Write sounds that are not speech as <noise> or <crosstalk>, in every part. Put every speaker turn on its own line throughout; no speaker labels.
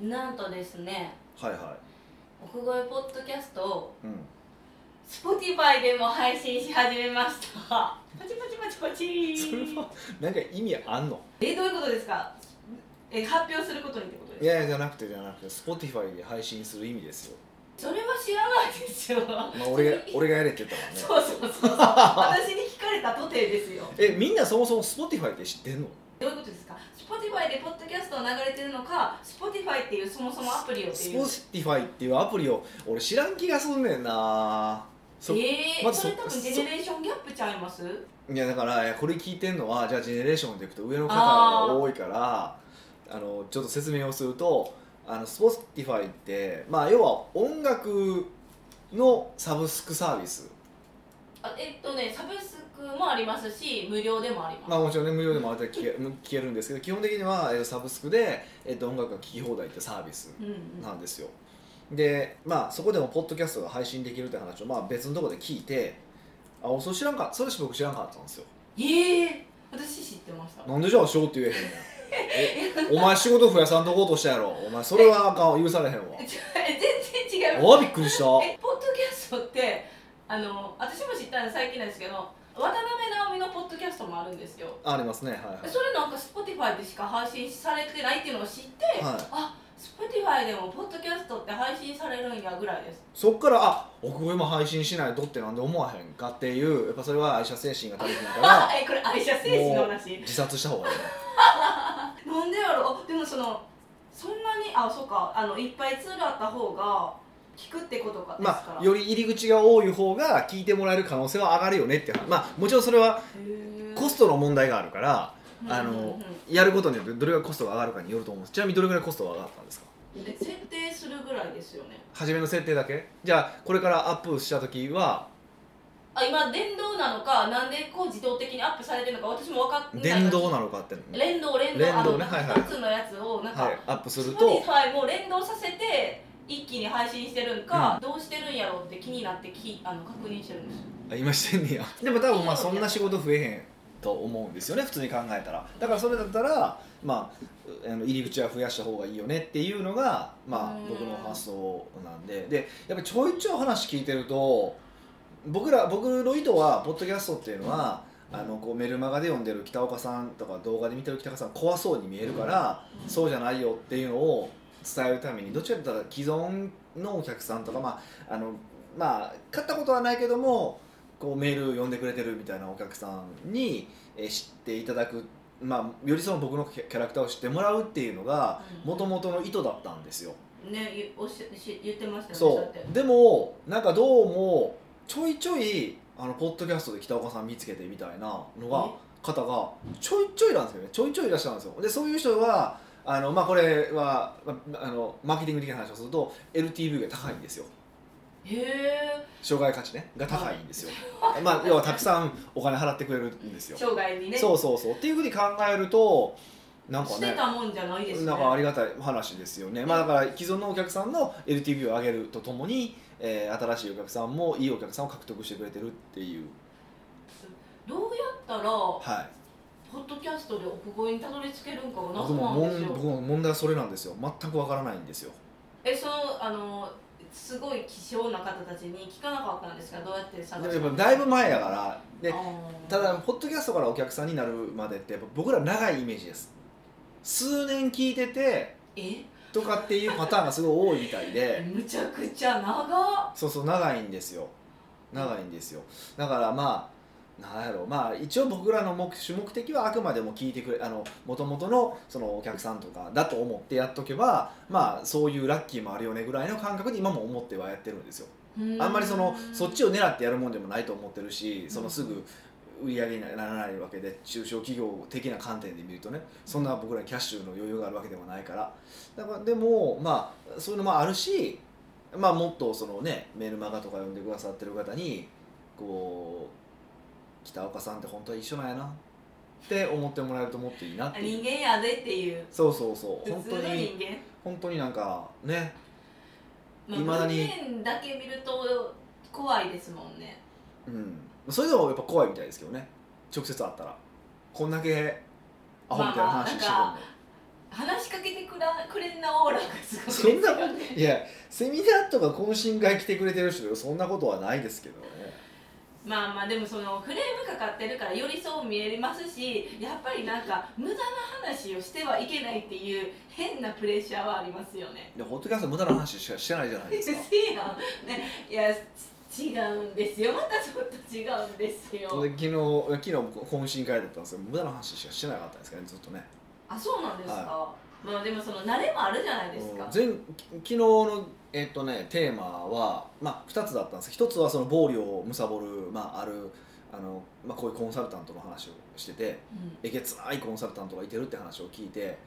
なんとですね
はいは
奥越ポッドキャストを
い、うん、
Spotify でも配信し始めましたパチパチパチパチ
それはなんか意味あんの
えどういうことですかえ発表することにってこと
い
ですか
やいやじゃなくてじゃなくて Spotify で配信する意味ですよ、
それは知らないですよ
まあ、俺が俺がやれって言ったからね
そうそうそうそう私に聞かれたとてですよ
えみんなそもそも Spotify って知ってんの
どういうことですか Spotify でポッドキャストを流れてるのか Spotify っていうそもそもアプリをっていう
Spotify っていうアプリを俺知らん気がすんねんなそ
えー
まず
そ
そ
れ多分ジェネレーションギャップちゃいます
いやだからいやこれ聞いてんのはじゃあジェネレーションでいくと上の方が多いからあのちょっと説明をするとあの Spotify って、まあ、要は音楽のサブスクサービス、
あえっとねサブスクもありますし無料でもあります、
まあ、もちろん、ね、無料でもあれだけ聞け聞けるんですけど基本的にはえっとサブスクで、えっと音楽が聴き放題ってサービス
うんうん
なんですよでまあそこでもポッドキャストが配信できるって話を、まあ、別のところで聞いてあ俺それ知らんかそれし僕知らんかったんですよ
ええ私知ってました
なんでじゃあしようって言えへんねんえお前仕事増やさんとこうとしたやろお前それはあかん許されへんわ
えちょえ全然違う
あびっくりした
えポッドキャストってあの私も知ったの最近なんですけど渡辺直美のポッドキャストもあるんですよ
ありますねはいは
それなんか Spotify でしか配信されてないっていうのを知って、
い、はい、
あ Spotify でもポッドキャストって配信されるんやぐらいです
そっからあ奥越も配信しないとってなんで思わへんかっていうやっぱそれは愛車精神が足りひんか
あ
ら
えこれ愛車精神の話
自殺した方がいいね
なんでやろでもそのそんなにあそうかあのいっぱいツールあった方が聞くってことかですか
ま
ら、
あより入り口が多い方が聞いてもらえる可能性は上がるよねっていう話まあもちろんそれは
へー
コストの問題があるからあの
うんうんうん
やることによってどれがコストが上がるかによると思うんですちなみにどれぐらいコストが上がったんですか
で設定するぐらいですよね
初めの設定だけじゃあこれからアップした時は
あ今電動なのかなんでこう自動的にアップされてるのか私も分かってない
電動なのかって、
連動連動
連動ね
あの
はいはい
一つのやつをなんか、
はい、アップすると
Spotify も連動させて一気に配信してるんか、どうしてるんやろうって気になってきあの確認してるんですよ
あ今してんねや <laughs> でも多分まあそんな仕事増えへんと思うんですよね普通に考えたらだからそれだったら、まあ、あの入り口は増やした方がいいよねっていうのが、ま
う、
あ
ん
僕の発想なんででやっぱりちょいちょい話聞いてると僕ら僕の意図はポッドキャストっていうのは、あのこうメルマガで読んでる北岡さんとか動画で見てる北岡さん怖そうに見えるから、そうじゃないよっていうのを伝えるためにどっちかというと既存のお客さんとかまああのまあ買ったことはないけどもこうメール読んでくれてるみたいなお客さんにえー知っていただく、まあ、よりその僕のキャキャラクターを知ってもらうっていうのが
うん
もともとの意図だったんですよ。
ねゆおっしし言ってましたよねだ
そ
って
うでもなんかどうもちょいちょいあのポッドキャストで北岡さん見つけてみたいなのが方がちょいちょいなんですよねちょいちょいいらっしゃるんですよでそういう人はあの、まあ、これは、まあ、あのマーケティング的な話をすると LTV が高いんですよ
えへ
障害価値ねが高いんですよ、まあ、要はたくさんお金払ってくれるんです
え
よ、
生涯にね
そうそうそうっていうふうに考えるとなんか
し
ね
てたもんじゃないですね
なんかありがたい話ですよね、まあ、だから既存のお客さんの LTV を上げるとともに、えー新しいお客さんもいいお客さんを獲得してくれてるっていう、
どうやったらポ
はい、
ッドキャストで奥越えにたどり着けるんかが
僕
謎
も
なんです
問
よ
僕も問題はそれなんですよ全くわからないんですよ
えそのあのすごい希少な方たちに聞かなかったんですがどうやって探
で
した
もやっぱだいぶ前やからで
あー
ただポッドキャストからお客さんになるまでってやっぱ僕ら長いイメージです数年聞いてて
え
とかっていうパターンがすごい多いみた
<laughs>
いで
むちゃくちゃ長っ
そうそう長いんですよ長いんですよだからまあなんやろうまあ一応僕らの目主目的はあくまでも聞いてくれあの元々のそのお客さんとかだと思ってやっとけばまあそういうラッキーもあるよねぐらいの感覚で今も思ってはやってるんですよあんまりそのそっち
を
を狙ってやるもんでもないと思ってるしそのすぐ売り上げにならないわけで中小企業的な観点で見るとねそんな僕らにキャッシュの余裕があるわけではないからだからでもまあそういうのもあるし、まあ、もっとそのねメールマガとか読んでくださってる方にこう北岡さんって本当は一緒なんやなって思ってもらえるともっといいなってい
人
う
間やでっていう
そうそうそう
普
本
通
当
の
に
人間
本当になんかね
ま
未だ
あ、
に
面だけ見ると怖いですもんね
うんそれでもやっぱ怖いみたいですけどね直接会ったらこんだけアホみたいな話してるの、
話しかけてくらくれんなオーラがすごいです
そ
よ
んなこと
ね
いやセミナーとか懇親会来てくれてる人そんなことはないですけどね
まあまあでもそのフレームかかってるからよりそう見えますしやっぱりなんか無駄な話をしてはいけないっていう変なプレッシャーはありますよね。
でホットキャスト無駄な話しかしてないじゃないですか
せやんねいやち違うんですよまたちょっと違うんですよ
で。昨日昨日懇親会だったんですけど無駄な話しかしてなかったんですかねずっとね
あそうなんですか、まあでもその慣れもあるじゃないですか。
前昨日の、えっとね、テーマは、まあ、2つだったんですけど1つはその暴力を貪る、まあ、あるあの、まあ、こういうコンサルタントの話をしてて
うん
えげつないコンサルタントがいてるって話を聞いて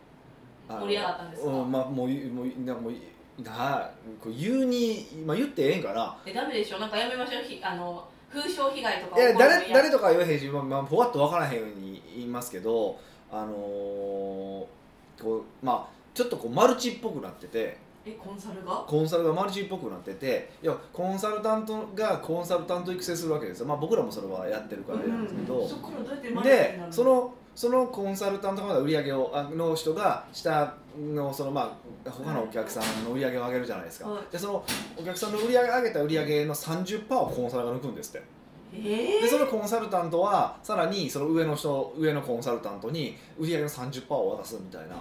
あの
盛り上がったんですか
うんまあ、もうもうなもうなこう言うに、まあ、言ってええんかな
えダメでしょなんかやめましょうひあの風評被害とか
いや
起こるの
誰誰とかは言わへんし、まあまあ、ふわっと分からへんように言いますけど、あのーこうまあ、ちょっとこうマルチっぽくなってて
えコンサルが
コンサルがマルチっぽくなってていやコンサルタントがコンサルタント育成するわけですよ、まあ、僕らもそれはやってるからあれなんですけど、
うん、そこからどうやってマルチに
で
なる
そのそのコンサルタントの売り上げをあの人が下のそのまあ他のお客さんの売り上げを上げるじゃないですか、
はい
でそのお客さんの売り上げ上げた売り上げの30%をコンサルが抜くんですって
え
で
ー、
そのコンサルタントはさらにその上の人上のコンサルタントに売り上げの30%を渡すみたいな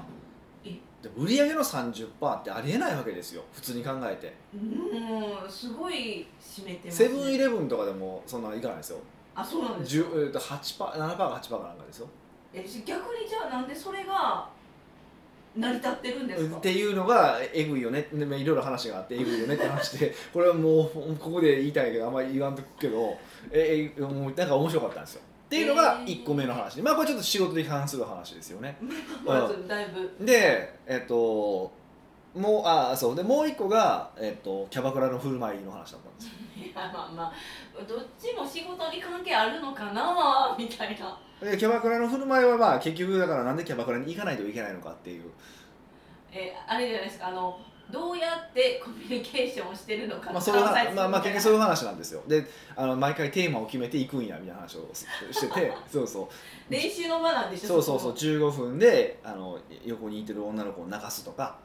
え
で売り上げの30%ってありえないわけですよ普通に考えて、
うんすごい締めてます、
セブンイ
ね、
レブンとかでもそんないかないですよ
あそうなんです
10
か
えっと8%パー7%か8%かなんかですよ
え逆にじゃあなんでそれが成り立ってるんですか
っていうのがえぐいよねでまあいろいろ話があってえぐいよねって話で <laughs> これはもうここで言いたいけどあんまり言わんとくけどええもうなんか面白かったんですよっていうのが1個目の話でまあこれちょっと仕事に関する話ですよね
<laughs> まずだいぶ
でえっともうあそうでもう一個が、えっと、キャバクラの振る舞いの話だったんですよ
いやまあまあどっちも仕事に関係あるのかな <laughs> みたいな
でキャバクラの振る舞いはまあ結局だからなんでキャバクラに行かないといけないのかっ
<laughs>
ていう、
えあれじゃないですかあのどうやってコミュニケーションをしてるのか
まあ、そういう
考えて
話
る
まあまあ
みたいな
結局そういう話なんですよであの毎回テーマを決めて行くんやみたいな話をすしてて
<laughs>
そうそう
練習の場なんでしょ
そうそうそう
こ
15分であの横にいてる女の子を泣かすとか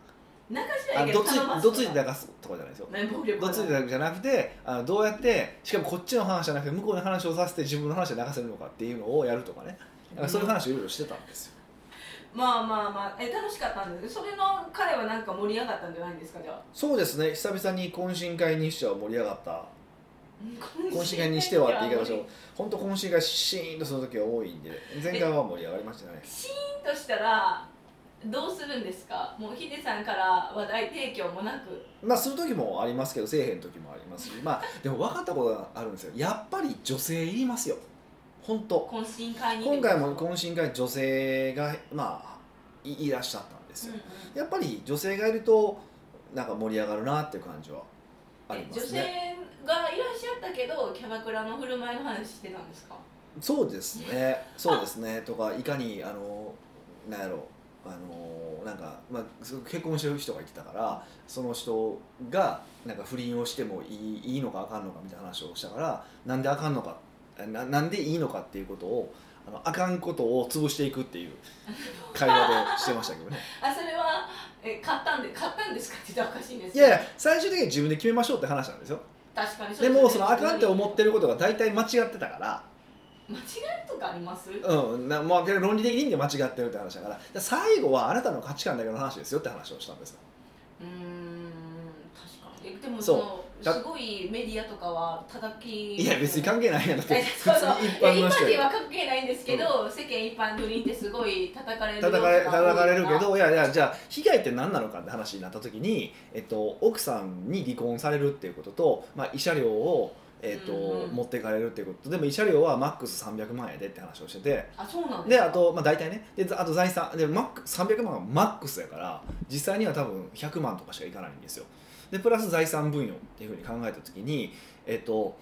流し
あ
ない
の
けど
どっち
頼ます
どっちで泣かすとかじゃないですよ
ね暴力
どっちでじゃなくてあのどうやってしかもこっちの話じゃなくて向こうの話をさせて自分の話で流せるのかっていうのをやるとかねなんかそういう話をいろいろしてたんですよ
まあまあまあえ楽しかったんですそれの彼はなんか盛り上がったんじゃないんですかじゃあ
そうですね久々に懇親会にしては盛り上がった懇
懇
親会にしてはって言い方しょ本当懇親会シーンとする時は多いんで前回は盛り上がりましたね
シーンとしたらどうするんですかもうヒデさんから話題提供もなく
まあする時もありますけどせえへん時もありますしまあでも分かったことがあるんですよやっぱり女性いりますよ本当
懇親会に
今回も懇親会女性がまあいいらっしゃったんですよ、
うん
やっぱり女性がいるとなんか盛り上がるなっていう感じはあ
うん
り
え
ま
女
す
性
ね
がいらっしゃったけどキャバクラの振る舞いの話してたんですか
そうですねそうですねとかいかにあのなんやろあのなんか、まあ、すごく結婚してる人がいてたからその人がなんか不倫をしてもいいいいのかあかんのかみたいな話をしたからなんであかんのかななんでいいのかっていうことをあのあかんことを潰していくっていう会話でしてましたけどね
あそれはえ買ったんで買ったんですかって言ったらおかしいんです
い
けど
やいや最終的には自分で決めましょうって話なんですよ
確かに
でもそのあかんって思って
る
ることが大体間違ってたから
間違いとかあります
うん、なまあけど論理的に間違ってるって話だからで最後はあなたの価値観だけの話ですよって話をしたんですよ
うーん確かにえでも
そ
そう
だ
のすごいメディアとかは叩き
いや別に関係ないやんだって
え
普通
そうそう
に一
いや
般
一
の人
般人
や
は関係ないんですけど、世間一般の人ってすごい叩かれる
叩かれ
量と多い
叩かれるけどいやいやじゃあ被害って何なのかって話になった時に、えっと、奥さんに離婚されるっていうことと、まあ、慰謝料を、えっと
うんうん
持っていかれるっていうことでも慰謝料はマックス300万円でって話をしてて
あそうなん
です
か
あと、まあ、大体ねであと財産でマック300万はマックスやから実際には多分100万とかしかいかないんですよでプラス財産分与っていうふうに考えた時に、えっと、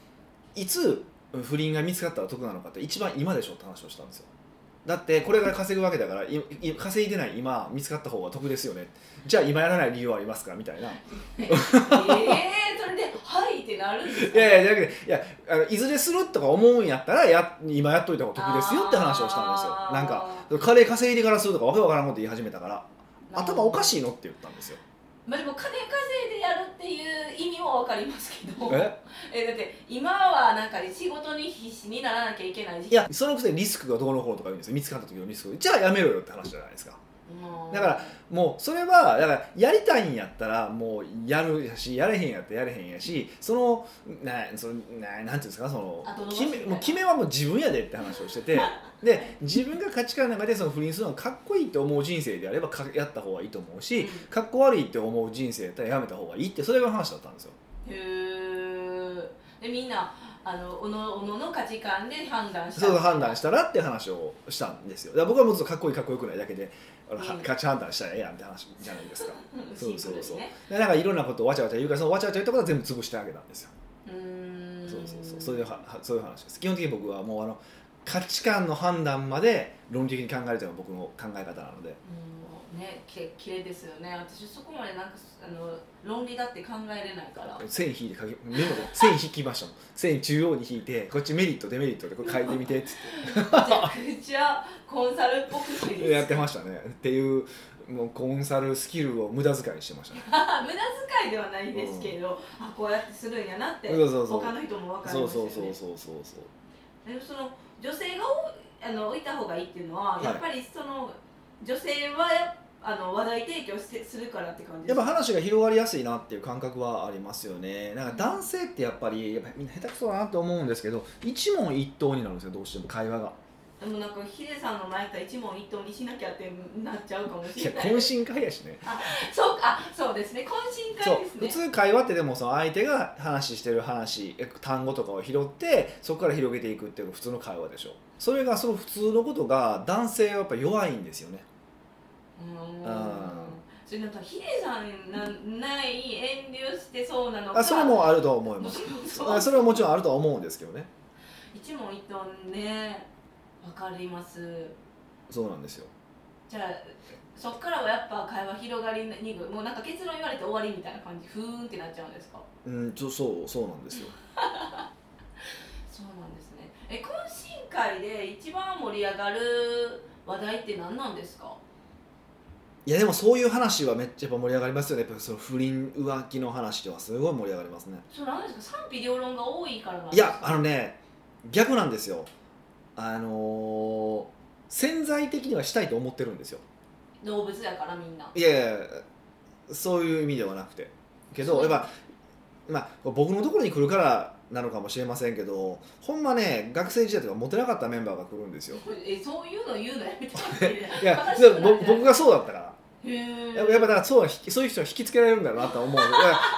いつ不倫が見つかったら得なのかって一番今でしょって話をしたんですよだってこれから稼ぐわけだからいい稼いでない今見つかった方が得ですよねじゃあ今やらない理由はありますかみたいな
えー、それで「はい」ってなるんです
い
か
やいやだけどいやあのいずれするとか思うんやったらや今やっといた方が得ですよって話をしたんですよ
あー
なんかカレー稼いでからするとかわけわからんこと言い始めたから頭おかしいのって言ったんですよ
まあでも金稼いでやるっていう意味もわかりますけど
え
えだって今はなんか仕事に必死にならなきゃいけない時期
いやそのくせにリスクがどうのこうのとか言うんですよ見つかった時のリスクじゃあやめろよって話じゃないですか
うん
だからもうそれはだからやりたいんやったらもうやるやしやれへんやったらやれへんやしそのなそのななんていうんですかその
後伸ばし
決
みたい
め
な
もう決めはもう自分やでって話をして
<laughs>
てで自分が価値観の中でその不倫するのがかっこいいと思う人生であればかやった方がいいと思うし、
うん
かっこ悪いって思う人生やったらやめた方がいいってそれが話だったんですよ。
へーでみんなあのおのおのの価値観で判断した
そう判断したらって話をしたんですよ。だから僕はもうちょっとかっこいいかっこよくないだけで、あのは
うん
価値判断したらええやんって話じゃないですか。
うん
そうそうそう
シンプルにね
でなんかいろんなことをわちゃわちゃ言うからそのわちゃわちゃ言ったことは全部潰してあげたんですよ。
うーん
そうそうそうそういうははそういう話です基本的に僕はもうあの価値観の判断まで論理的に考えるというのが僕の考え方なので
もうねき綺麗ですよね私そこまでなんかあの論理だって考えれない
<laughs>
から
線引いて書きメモで <laughs> 線引きましたもん線中央に引いてこっちメリットデメリットでこれ書いてみてって
めちゃくちゃコンサルっぽくて
言ってやってましたねっていうもうコンサルスキルを無駄遣いしてましたね
<laughs> 無駄遣いではないですけど、あこうやってするんやなって
そうそうそう
他の人も分かり
そう
ますよ
そ
ね
うそうそうそうそう
でもその女性が多いあのいた方がいいっていうのは、
はい
やっぱりその女性はやあの話題提供してするからって感じで
や
す
っぱ話が広がりやすいなっていう感覚はありますよねなんか男性ってやっぱりやっぱみんな下手くそだなと思うんですけど一問一答になるんですよどうしても会話が
でもなんかヒデさんの前から一問一答にしなきゃってなっちゃうかも
い
し
や
れない
懇親会やしね
そうかあそうですね懇親
そ
会
う普
ですね
通会話ってでもその相手が話してる話え単語とかを拾ってそこから広げていくっていうのが普通の会話でしょそれがその普通のことが男性はやっぱ弱いんですよね
うーん
あ
それなんかヒデさんなない遠慮してそうなのか
あそれもあると思い
も
ま
う
す
そう
あそれはもちろんあるとは思うんですけどね
一問一答ねわかります
そうなんですよ
じゃあそっからはやっぱ会話広がりにくいもうなんか結論言われて終わりみたいな感じふーんってなっちゃうんですか
うんちょそうそうなんですよ
そうなんですねえ懇親会で一番盛り上がる話題って何なんですか
いやでもそういう話はめっちゃやっぱ盛り上がりますよねやっぱその不倫浮気の話ではすごい盛り上がりますね
それ何ですか賛否両論が多いからなんで
い
すか
やあのね逆なんですよあのー潜在的にはしたいと思ってるんですよ
動物やからみんない
やいやいやそういう意味ではなくてけ
そ
どや
う
っぱ、まあ、僕のところに来るからなのかもしれませんけどほんまね学生時代とかモテなかったメンバーが来るんですよ
えそういうの言うのやめてほしい
<laughs> いや
悲しくなっちゃう
ぼ僕がそうだったから
へー
やっぱやっぱだからそうは引きそういう人は引きつけられるんだろうなとは思ういや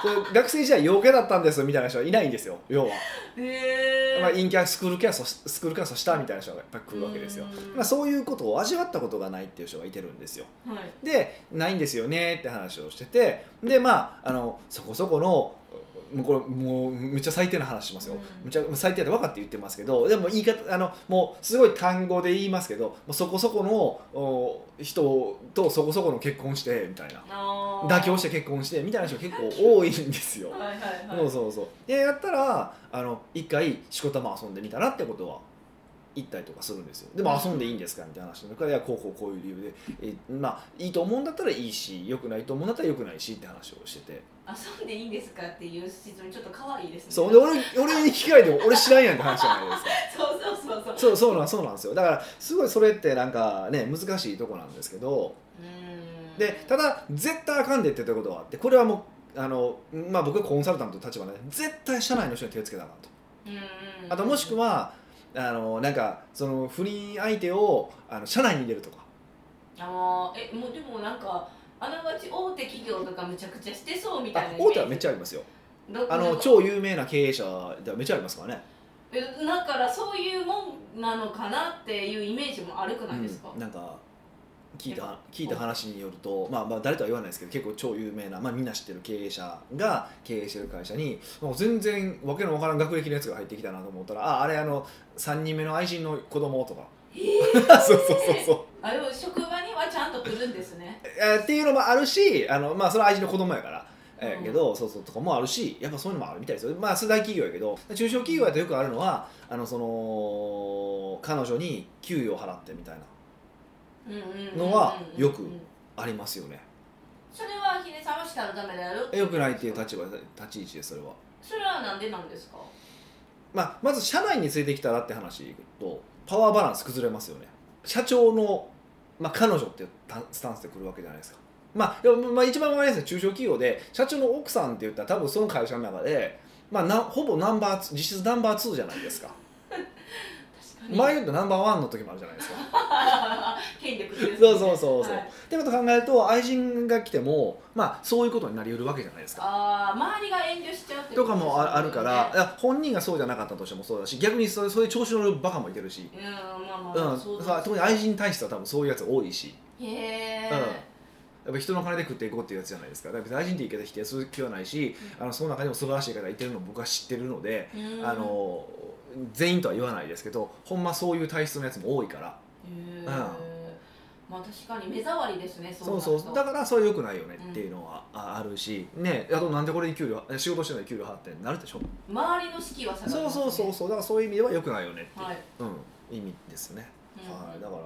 それ学生時代陽キャだったんですみたいな人はいないんですよ要は、
へー
まあ、陰キャスクールキャストスクールキャストしたみたいな人がやっぱり来るわけですよ
う、ーん
まあ、そういうことを味わったことがないっていう人がいてるんですよ
はい
でないんですよねって話をしててでまああのそこそこのもうこれもうめっちゃ最低な話しますよ、
うん
めちゃ最低だと分かって言ってますけどでも言い方あのもうすごい単語で言いますけどもうそこそこのお人とそこそこの結婚してみたいな
あー
妥協して結婚してみたいな人結構多いんですよ
はいはいはい
そうそうそうでやったらあの一回しこたま遊んでみたらってことは行ったりとかするんですよでも遊んでいいんですかみたいな話の中でいやこうこうこういう理由でえまあいいと思うんだったらいいし良くないと思うんだったら良くないしって話をしてて
遊んでいいんですかっていう質問ちょっと可愛いですね
そうで俺俺に聞かれても俺知らんやんって話じゃないですか
そうそうそうそう
そうそうなんそうなんですよだからすごいそれってなんかね難しいとこなんですけど
うーん
でただ絶対あかんでって言ったことはあってこれはもうあの、まあ、僕はコンサルタントの立場で絶対社内の人に手をつけたなと。
うんうんうん
あともしくはあのなんかその不倫相手をあの社内に入れるとか
あーえもうでもなんかあながち大手企業とかむちゃくちゃしてそうみたい
あ
なイメージ
大手はめっちゃありますよ
ど
あ
なん
の
か
超有名な経営者ではめっちゃありますからね、
えだからそういうもんなのかなっていうイメージも悪くないですか、
うんなんか聞いた聞いた話によると、まあ、まあ誰とは言わないですけど結構超有名な、まあ、みんな知ってる経営者が経営してる会社にもう全然わけのわからん学歴のやつが入ってきたなと思ったらああれあの3人目の愛人の子供とか
えー
<laughs> そうそうそうそう
あでも職場にはちゃんと来るんですね
えーっていうのもあるしあの、まあ、それは愛人の子供やから、えー
うん
けどそうそうとかもあるしやっぱそういうのもあるみたいですよ、まあ、それ大企業やけど中小企業やとよくあるのはあのその彼女に給与を払ってみたいな
うんうんうんうん
のはよく
うんうん
ありますよね
それはヒデさんはしたらダメだよ
良くないっていう立場で立ち位置でそれは、
それはなんでなんですか
まあ、まず社内についてきたらって話でいくとパワーバランス崩れますよね社長の、まあ、彼女っていうたスタンスで来るわけじゃないですかまあ、でもまあ一番わかりやすいのは中小企業で社長の奥さんって言ったら多分その会社の中で、まあ、なほぼナンバーツー実質ナンバー2じゃないですか
確かに
前言うとナンバーワンの時もあるじゃないですか
<laughs> 権力ですね
そうそうそうそう。
はい
ってことを考えると愛人が来てもまあそういうことになりうるわけじゃないですか。
ああ周りが遠慮しちゃうって
と
です
か
よね
もああるから、いや本人がそうじゃなかったとしてもそうだし逆にそれそういう調子乗るバカもいてるし、
うんまあま
うん、
あ、
だ
そうで
か
す
ら特に愛人に対しては多分そういうやつ多いし、
へえ、
やっぱ人の金で食っていこうっていうやつじゃないですか。だから別に愛人って言い方否定する気はないし、あのその中でも素晴らしい方がいてるのを僕は知ってるので、
うん
あの全員とは言わないですけど、ほんまそういう体質のやつも多いから。
へえまあ確かに目障りですねそ
そ
な
うう
ると
そうだからそれ良くないよねっていうのはああるし、ねあとなんでこれに給料え仕事してない給料払ってんのなるでしょ、
周りの士気は下がり
そ
ま
う
すね
そうそうそうだからそういう意味では良くないよねっていう、
はい、
うん、意味ですね、
うん
はいだから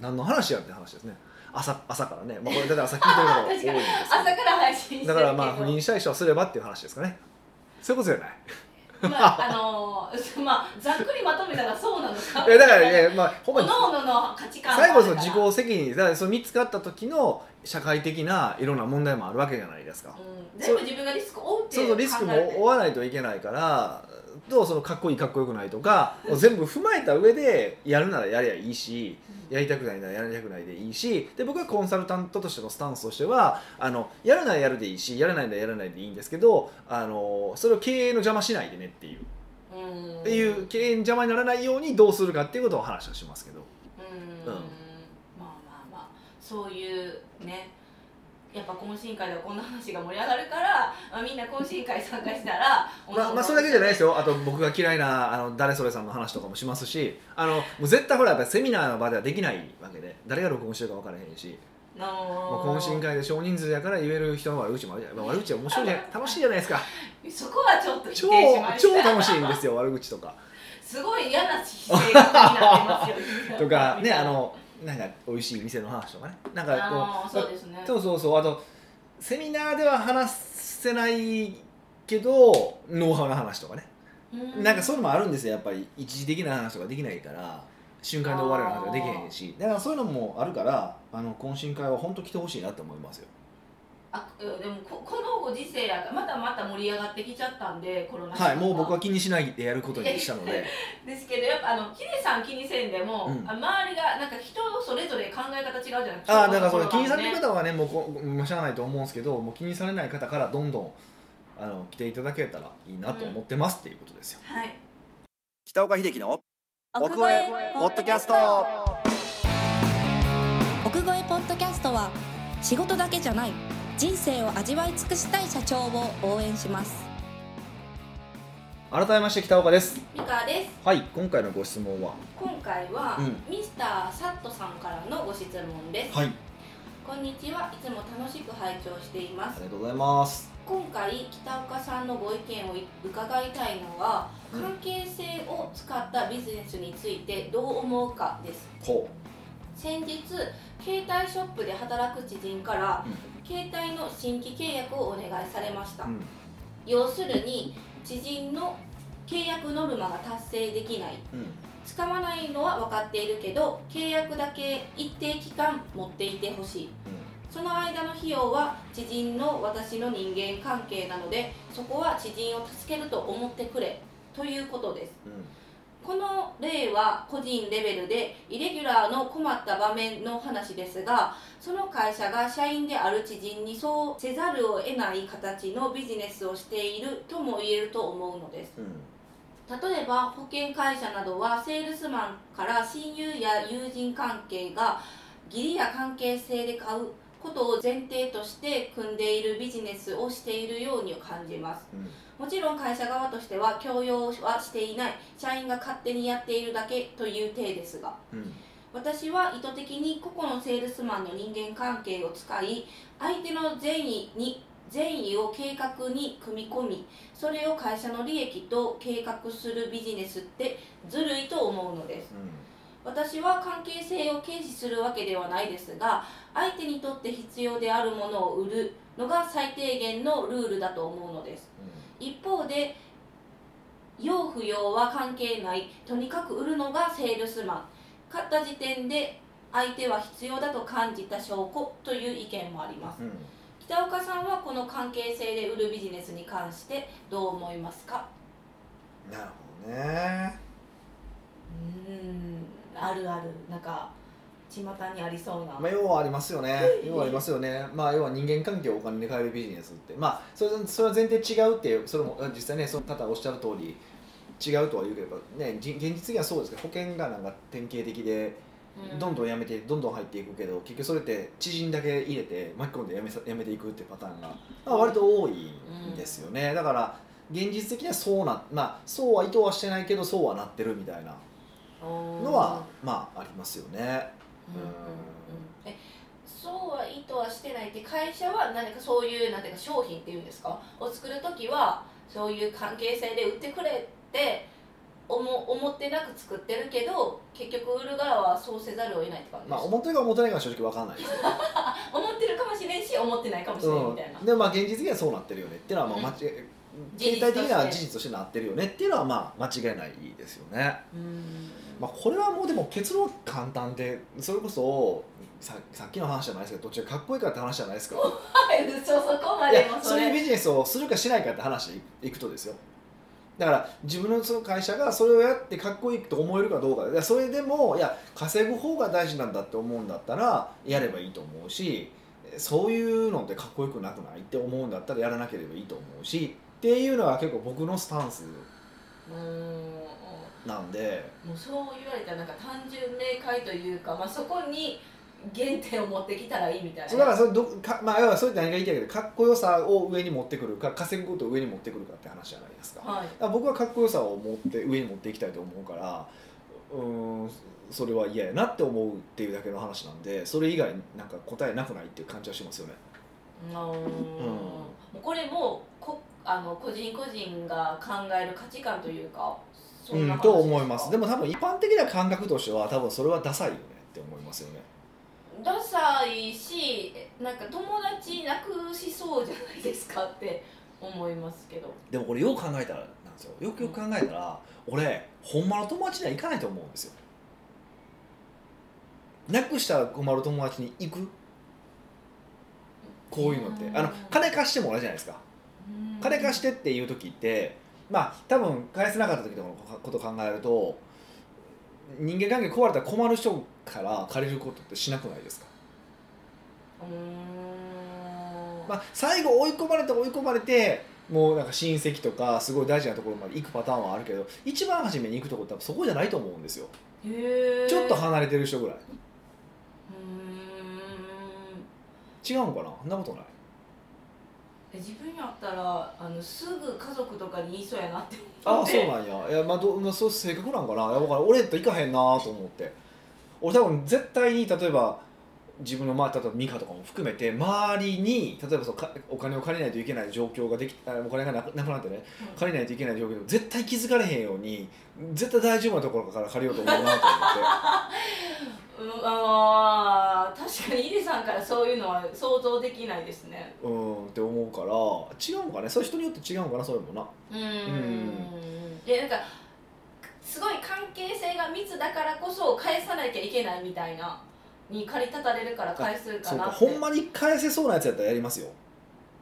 何の話やって話ですね朝朝からね、まあ、これだって朝聞い
<laughs>
てる方が多いんです
朝から配信してる
け
け
ど
ど
だからまあ不倫したい人はすればっていう話ですかねそういうことじゃない
<laughs> まああの <laughs> ーまあざっくりまとめたらそうなのか
いやだからね、まあ、ほんま
各
に
々の価値観
最後その
だ
自
か
己責任だからその見つかった時の社会的ないろんな問題もあるわけじゃないですか、
らうん、全部自分がリスクを負うって
そうそうリスクも負
う
わないといけないからとそのかっこいいかっこよくないとかもう全部踏まえた上でやるならやりゃいいしやりたくないならやりたくないでいいしで僕はコンサルタントとしてのスタンスとしてはあのやるならやるでいいしやらないならやらないでいいんですけどあのそれを経営の邪魔しないでねっていう、
うん
っていう経営の邪魔にならないようにどうするかっていうことを話はしますけど
うんまあまあまあそういうねやっぱ懇親会ではこんな話が盛り上がるから、まあ、みんな懇親会参加したら
まあ、まあそれだけじゃないです
よ
よあと僕が嫌いなあの誰それさんの話とかもしますしあのもう絶対ほらやっぱりセミナーの場ではできないわけで誰が録音してるか分からへんし
あ
まあ、
のー
懇親会で少人数やから言える人の悪口もあるじゃない、まあ、悪口は面白いじゃない楽しいじゃないですか
そこはちょっと否
超
定しまし
超
た
楽しいんですよ悪口とか
すごい嫌な姿勢が気になってますよ
とかねあのなんか美味しい店の話とかねなんか
あのー
こう
そうですね
そうそうそうあとセミナーでは話せないけどノウハウの話とかね、
うん
なんかそういうのもあるんですよやっぱり一時的な話とかできないから瞬間で終わるような話ができへんしだからそういうのもあるからあの懇親会は本当来てほしいなと思いますよ
あうんでもここのご時世やからまたまた盛り上がってきちゃったんでコロナ禍
はいもう僕は気にしないでやることにしたので
ですけどやっぱあのヒデさん気にせんでも、
うん
あ周りがなんか人それぞれ考え方違うじゃないです
ああだからそれ気にされ
る
る方はねもうこもうしゃあないと思うんですけどもう気にされない方からどんどんあの来ていただけたらいいなと思ってますっていうことですよ、
はい
北岡秀樹の
奥越えポッドキャスト
奥越えポッドキャストは仕事だけじゃない人生を味わい尽くしたい社長を応援します
改めまして北岡です
ミカです
はい今回のご質問は
今回は、
うん
ミスターサットさんからのご質問です、
はいあ
こんにちはいつも楽しく拝聴しています
りがとうございます
今回北岡さんのご意見をい伺いたいのは
うん
関係性を使ったビジネスについてどう思うかです
ほ
先日携帯ショップで働く知人から
う、
携帯の新規契約をお願いされました、
うん
要するに知人の契約ノルマが達成できない
うん
使わないのは分かっているけど契約だけ一定期間持っていてほしいその間の費用は知人の私の人間関係なのでそこは知人を助けると思ってくれということです
うん
この例は個人レベルでイレギュラーの困った場面の話ですがその会社が社員である知人にそうせざるを得ない形のビジネスをしているとも言えると思うのです
うん
例えば保険会社などはセールスマンから親友や友人関係が義理や関係性で買うことを前提として組んでいるビジネスをしているように感じます
うん
もちろん会社側としては強要はしていない社員が勝手にやっているだけという体ですが
うん
私は意図的に個々のセールスマンの人間関係を使い相手の善意に善意を計画に組み込みそれを会社の利益と計画するビジネスってずるいと思うのです私は関係性を軽視するわけではないですが相手にとって必要であるものを売るのが最低限のルールだと思うのです一方で要不要は関係ないとにかく売るのがセールスマン勝った時点で相手は必要だと感じた証拠という意見もあります
うん
北岡さんはこの関係性で売るビジネスに関してどう思いますか
なるほどね
うーんあるあるなんか巷にありそうな、
まあ、要はありますよね要はありますよねまあ要は人間関係をお金に変えるビジネスってまあそれそれは前提違うっていうそれも実際ねその方がおっしゃる通り違うとは言うけどねじ現実的にはそうですけど保険がなんか典型的で
う
どんどんやめてどんどん入っていくけど結局それって知人だけ入れて巻き込んでやめさやめていくってパターンが、まあ、割と多いんですよね、だから現実的にはそうなまあそうは意図はしてないけどそうはなってるみたいなの
の
は、まあありますよね。
うんうんうんえそうは意図はしてないって会社は何かそういうなんていうか商品っていうんですかを作る時はそういう関係性で売ってくれって思思ってなく作ってるけど結局売る側はそうせざるを得ないって感じです、
まあ、表が表ないかは正直わかんないですけど
思ってるかもしれんし思ってないかもしれんみたいな、
うん、でまあ現実的にはそうなってるよねっていうのはまあ間違い、
事実として
携帯的には事実としてなってるよねっていうのはまあ間違いないですよね、まあ、これはもうでも結論簡単でそれこそささっきの話じゃないですけどどっちがかっこいいかって話じゃないですか
はいそうそこま
い
でも
や
そ
そう
れ
いうビジネスをするかしないかって話でいいくとですよだから自分のその会社がそれをやってかっこいいと思えるかどうかいやそれでもいや稼ぐ方が大事なんだって思うんだったらやればいいと思うしそういうのってかっこよくなくないって思うんだったらやらなければいいと思うしっていうのが結構僕のスタンス
うん
なんで
もうそう言われたらなんか単純明快というか、まあ、そこに原点を持ってきたらいいみたいな
そうだからそれどか、まあ、要はそれって何が言いたいかというとかっこよさを上に持ってくるか稼ぐことを上に持ってくるかって話じゃないですか。
はい
だから僕はかっこよさを持って上に持っていきたいと思うからうーんそれは嫌やなって思うっていうだけの話なんでそれ以外なんか答えなくないっていう感じはしますよね。
うーんもうこれもこあの個人個人が考える価値観というかそ
うん
な話ですか、
ん、と思いますでも多分一般的な感覚としては多分それはダサいよねって思いますよね。
ダサいしなんか友達なくしそうじゃないですかって思いますけ
<laughs>
ど
でもこれよく考えたらなんですよよくよく考えたら俺ほんまの友達には行かないと思うんですよ。なくしたら困る友達に行くこういうのってあの金貸してもらうじゃないですか。金貸しててっていう時ってまあ多分返せなかった時のことを考えると人間関係壊れたら困る人から借りることってしなくないですか、
うーん
まあ、最後追い込まれて追い込まれてもうなんか親戚とかすごい大事なところまで行くパターンはあるけど一番初めに行くとこって多分そこじゃないと思うんですよ
へー
ちょっと離れてる人ぐらいう
ーん
違うのかなそんなことない
自分やったらあのすぐ家族とかに言いそうやなって
あ
思
あ
って
そうなんやいやまあど、まあ、そう性格なんかないやわからん俺と行かへんなと思って俺多分絶対に例えば自分の周り例えば美香とかも含めて周りに例えばそうかお金を借りないといけない状況ができあお金がなくなくなってね
うん
借りないといけない状況でも絶対気づかれへんように絶対大丈夫なところから借りようと思うなと思っ
うんあー確かに井出さんからそういうのは想像できないですね
て <laughs> うーんって思うから違うのかねそれ人によって違うのかなそれもな
うん
ん
でなんかすごい関係性が密だからこそ返さなきゃいけないみたいなに駆り立たれるから返す
そ
か
う
な
か
って
ほんまに返せそうなやつやったらやりますよ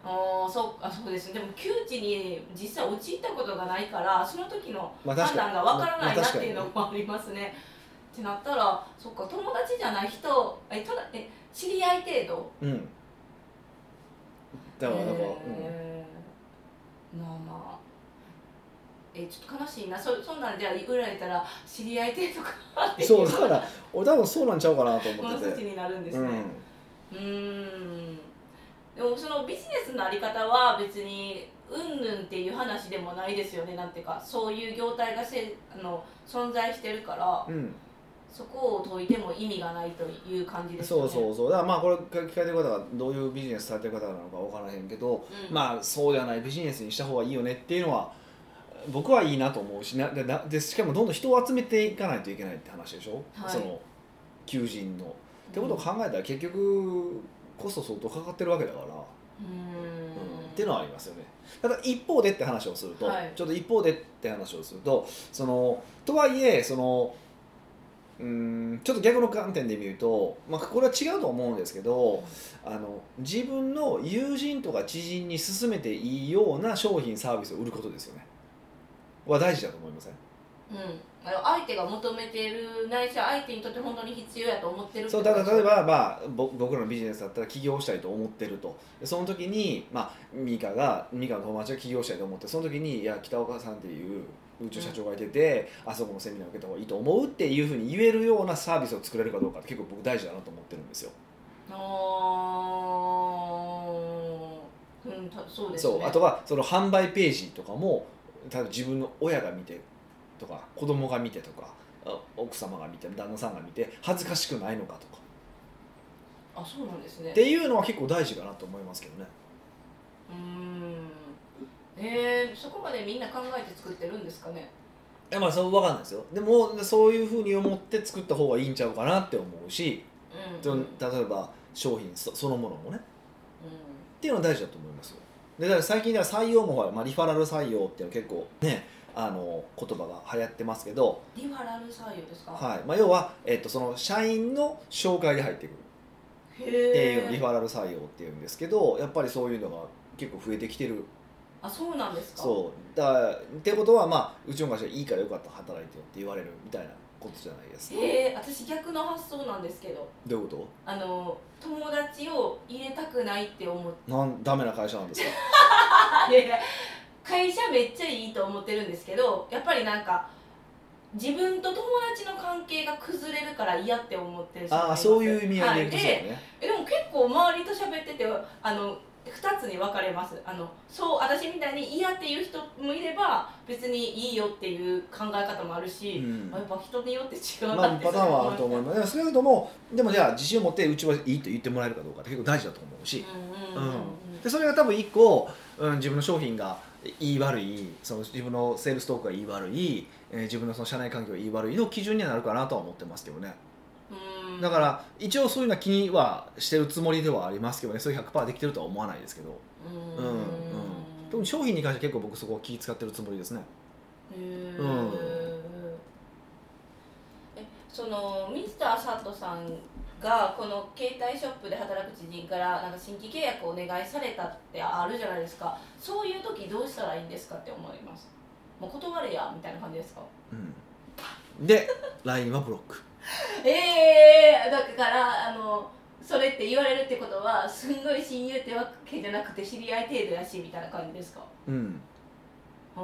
あーそうあそうですねでも窮地に実際陥ったことがないからその時の
まあ
判断がわからないな
まあ
っ
確
て
か
い
に
うのもありますね。ってなったらそっか友達じゃない人えただえ知り合い程度
うんだからなんか、うん
えーまあまあえちょっと悲しいなそそんなんで売られたら知り合い程度かってい
そうだから俺多分そうなんちゃうかなと思
物
って
差
て
しになるんです
うん
ね。うーんでもそのビジネスのあり方は別にうんぬんっていう話でもないですよねなんていうかそういう業態がせあの存在してるから
うん、
そこを解いても意味がないという感じですよ
そ
ね
うそうそうだからまあこれ聞かれてる方がどういうビジネスされてる方なのか分からへんけど、
うん、
まあそうじゃないビジネスにした方がいいよねっていうのは僕はいいなと思うしなでなでしかもどんどん人を集めていかないといけないって話でしょ、
はい
その求人の。ってことを考えたら結局コスト相当かかってるわけだから、
うーん
うんっていうのはありますよね。ただ一方でって話をすると、
はい
ちょっと一方でって話をするとそのとはいえそのうーんちょっと逆の観点で見ると、まあ、これは違うと思うんですけどあの自分の友人とか知人に勧めていいような商品サービスを売ることですよね。は大事だと思いません
うんあの相手が求めてるないしは相手にとって本当に必要やと思ってるって
そう
こと
ただ例えば、まあ、ぼ僕らのビジネスだったら起業したいと思ってるとでその時に、まあ、ミカがミカの友達が起業したいと思ってその時にいや北岡さんっていう宇宙社長がいてて、あそこのセミナー受けた方がいいと思うっていうふうに言えるようなサービスを作れるかどうかって結構僕大事だなと思ってるんですよ。
あーうんたそうですね
そうあとはその販売ページとかも例えば自分の親が見てとか子供が見てとかあ奥様が見て旦那さんが見て恥ずかしくないのかとか
あそうなんですね
っていうのは結構大事かなと思いますけどね。
うーんえー、そこまでみんな考えて作ってるんですかね
いやまあそう分かんないですよでもそういうふうに思って作った方がいいんちゃうかなって思うし
うん
そ
うん
の例えば商品そそのものもね
う
っていうのは大事だと思いますよでだから最近では採用もほら、まあ、リファラル採用っていうの結構ねあの言葉が流行ってますけど、
んリファラル採用ですか、
はいまあ、要は、えっと、その社員の紹介で入ってくる
へ
っていう
え
のをリファラル採用っていうんですけどやっぱりそういうのが結構増えてきてる
あそうなんですか
そうだからってことはまあうちの会社いいからよかったら働いてよって言われるみたいなことじゃないですか
へえ私逆の発想なんですけど
どういうこと
あの友達を入れたくないって思って
なんダメな会社なんですか
いやいや会社めっちゃいいと思ってるんですけどやっぱりなんか自分と友達の関係が崩れるから嫌って思ってる人もい
<laughs> ああ
ます
そういう意味合いで言うと
は
そ
いう
だね、
えでも結構周りと喋っててあの2つに分かれますあのそう私みたいに嫌っていう人もいれば別にいいよっていう考え方もある
う
し、
ん
あやっぱ人によって違う
まあ
なって
パターンはあると思いますでも少なくともでもじゃあ自信を持ってうちはいいと言ってもらえるかどうかって結構大事だと思うし、
うんうんうんうん
でそれが多分一個、うん、自分の商品がいい悪いその自分のセールストークがいい悪い、えー自分のその社内環境がいい悪いの基準にはなるかなとは思ってますけどね
うん
だから一応そういうのは気にはしてるつもりではありますけどねそれ100%できてるとは思わないですけど、
うん
うんうん、特に商品に関しては結構僕そこを気使ってるつもりですね
うえそのミスターサットさんがこの携帯ショップで働く知人からなんか新規契約をお願いされたってあるじゃないですかそういう時どうしたらいいんですかって思いますもう断れやみたいな感じですか
うん、で LINE はブロック
ええだからあのそれって言われるってことはすんごい親友ってわけじゃなくて知り合い程度やしみたいな感じですか
うん
あ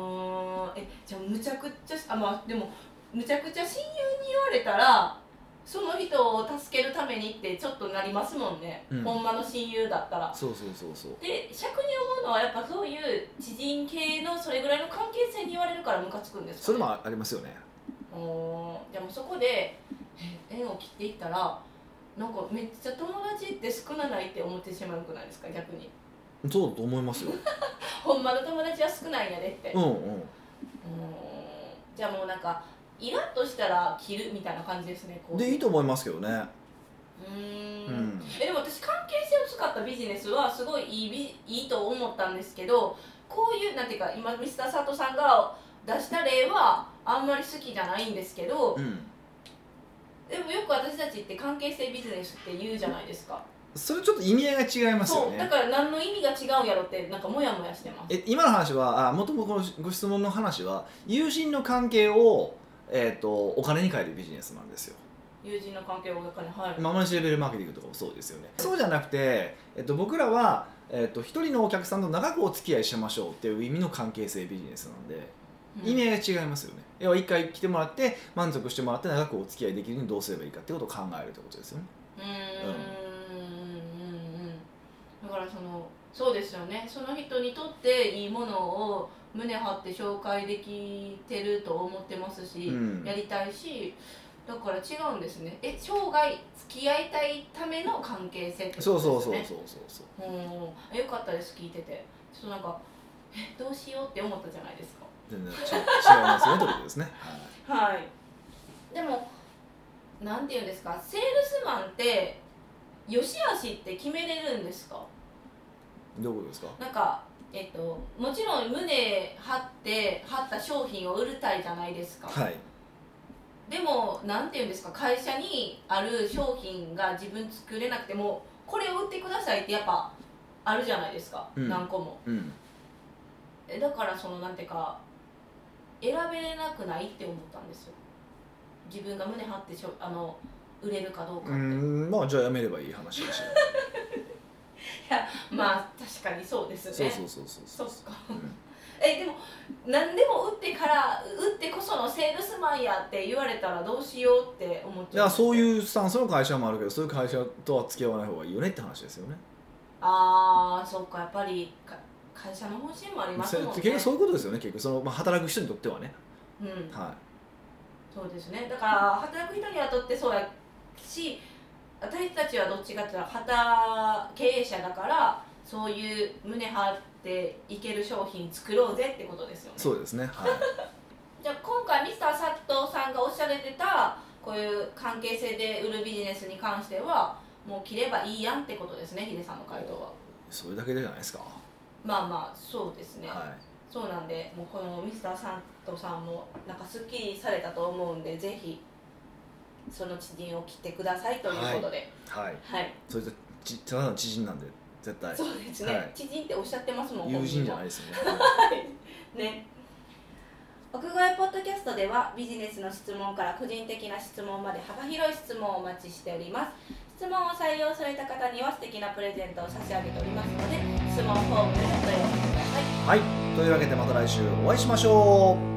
ーえじゃあむちゃくちゃあまあでもむちゃくちゃ親友に言われたらその人を助けるためにってちょっとなりますもんね、
うん
ほんまの親友だったら
そうそうそうそう
で尺に思うのはやっぱそういう知人系のそれぐらいの関係性に言われるからムカつくんですか、ね、
それもありますよね
おーでもそこでえ縁を切っていったらなんかめっちゃ友達って少なないって思ってしまうくないですか逆に
そうだと思いますよ
ほんまの友達は少ないんやでって
うんうん
うーんじゃあもうなんかイラッとしたら着るみたいな感じですねこう
でいいと思いますけどね
うー
うんん
えでも私関係性を使ったビジネスはすごいいいビいいと思ったんですけどこういうなんていうか今ミスターサトさんが出した例はあんまり好きじゃないんですけど、
うん
でもよく私たちって関係性ビジネスって言うじゃないですか
それちょっと意味合いが違いますよ
そうだ
ね
から何の意味が違うんやろってなんかモヤモヤしてます
え今の話はあもともとこのご質問の話は友人の関係を、えー、とお金に変えるビジネスなんですよ
友人の関係を中に入る
ママのレベルマーケティングとかもそうですよねそうじゃなくて、えっと、僕らは、えっと、一人のお客さんと長くお付き合いしましょうっていう意味の関係性ビジネスなんで意味合いが違いますよね要は一回来てもらって満足してもらって長くお付き合いできるようにどうすればいいかってことを考えるってことですよね
うーんうんうんだからそのそうですよねその人にとっていいものを胸張って紹介できてると思ってますし、
うん
やりたいしだから違うんですねえ生涯付き合いたいための関係性ってことですね
そうそうそうそうそうそう
うんよかったです聞いててちょっとなんか「どうしようって思ったじゃないですか
全然違う違いますよという
<laughs>
ことですね、はい
はいでもなんて言うんですかセールスマンって良し悪しって決めれるんですか
どういうことですか
なんかえっともちろん胸張って貼った商品を売るたいじゃないですか、
はい
でもなんて言うんですか会社にある商品が自分作れなくてもこれを売ってくださいってやっぱあるじゃないですか、
うん
何個も
うん
えだからそのなんていうか選べれなくないって思ったんですよ自分が胸張ってしょあの売れるかどうかっ
う
て、
んまあじゃあやめればいい話だし
まあ確かにそうですね
そうそうそう
そ
そう
ううっすか
ん
えでも何でも打ってから打ってこそのセールスマンやって言われたらどうしようって思っ
い
ちゃ
やそう
う
いうスタンスの会社もあるけどそういう会社とは付き合わない方がいいよねって話ですよね
ああそうかやっぱりか会社の方針もあります
そ
もん
う
ね
結局そういうことですよね結局その、まあ、働く人にとってはね、
うん、
は
そうですねだから働く人に雇ってそうやし私たちはどっちかっていうと働経営者だからそういう胸張っていける商品作ろうぜってことですよね
い、そうですね、はい、
じゃあ今回ミスター佐藤さんがおっしゃられてたこういう関係性で売るビジネスに関してはもう切ればいいやんってことですねヒデさんの回答は
それだけじゃないですか、
まあまあそうですね、
は
そうなんでもうこのミスター佐藤さんもなんかすっきりされたと思うんでぜひその知人を切ってくださいということで
い、はい、
はい、
それとちただの知人なんで絶対
そうですね、
はい
知人っておっしゃってますもん
友人じゃ
本
ないですよね
<laughs> ね屋外ポッドキャストではビジネスの質問から個人的な質問まで幅広い質問をお待ちしております質問を採用された方には素敵なプレゼントを差し上げておりますので質問フォームでお問い合わせください
はいというわけでまた来週お会いしましょう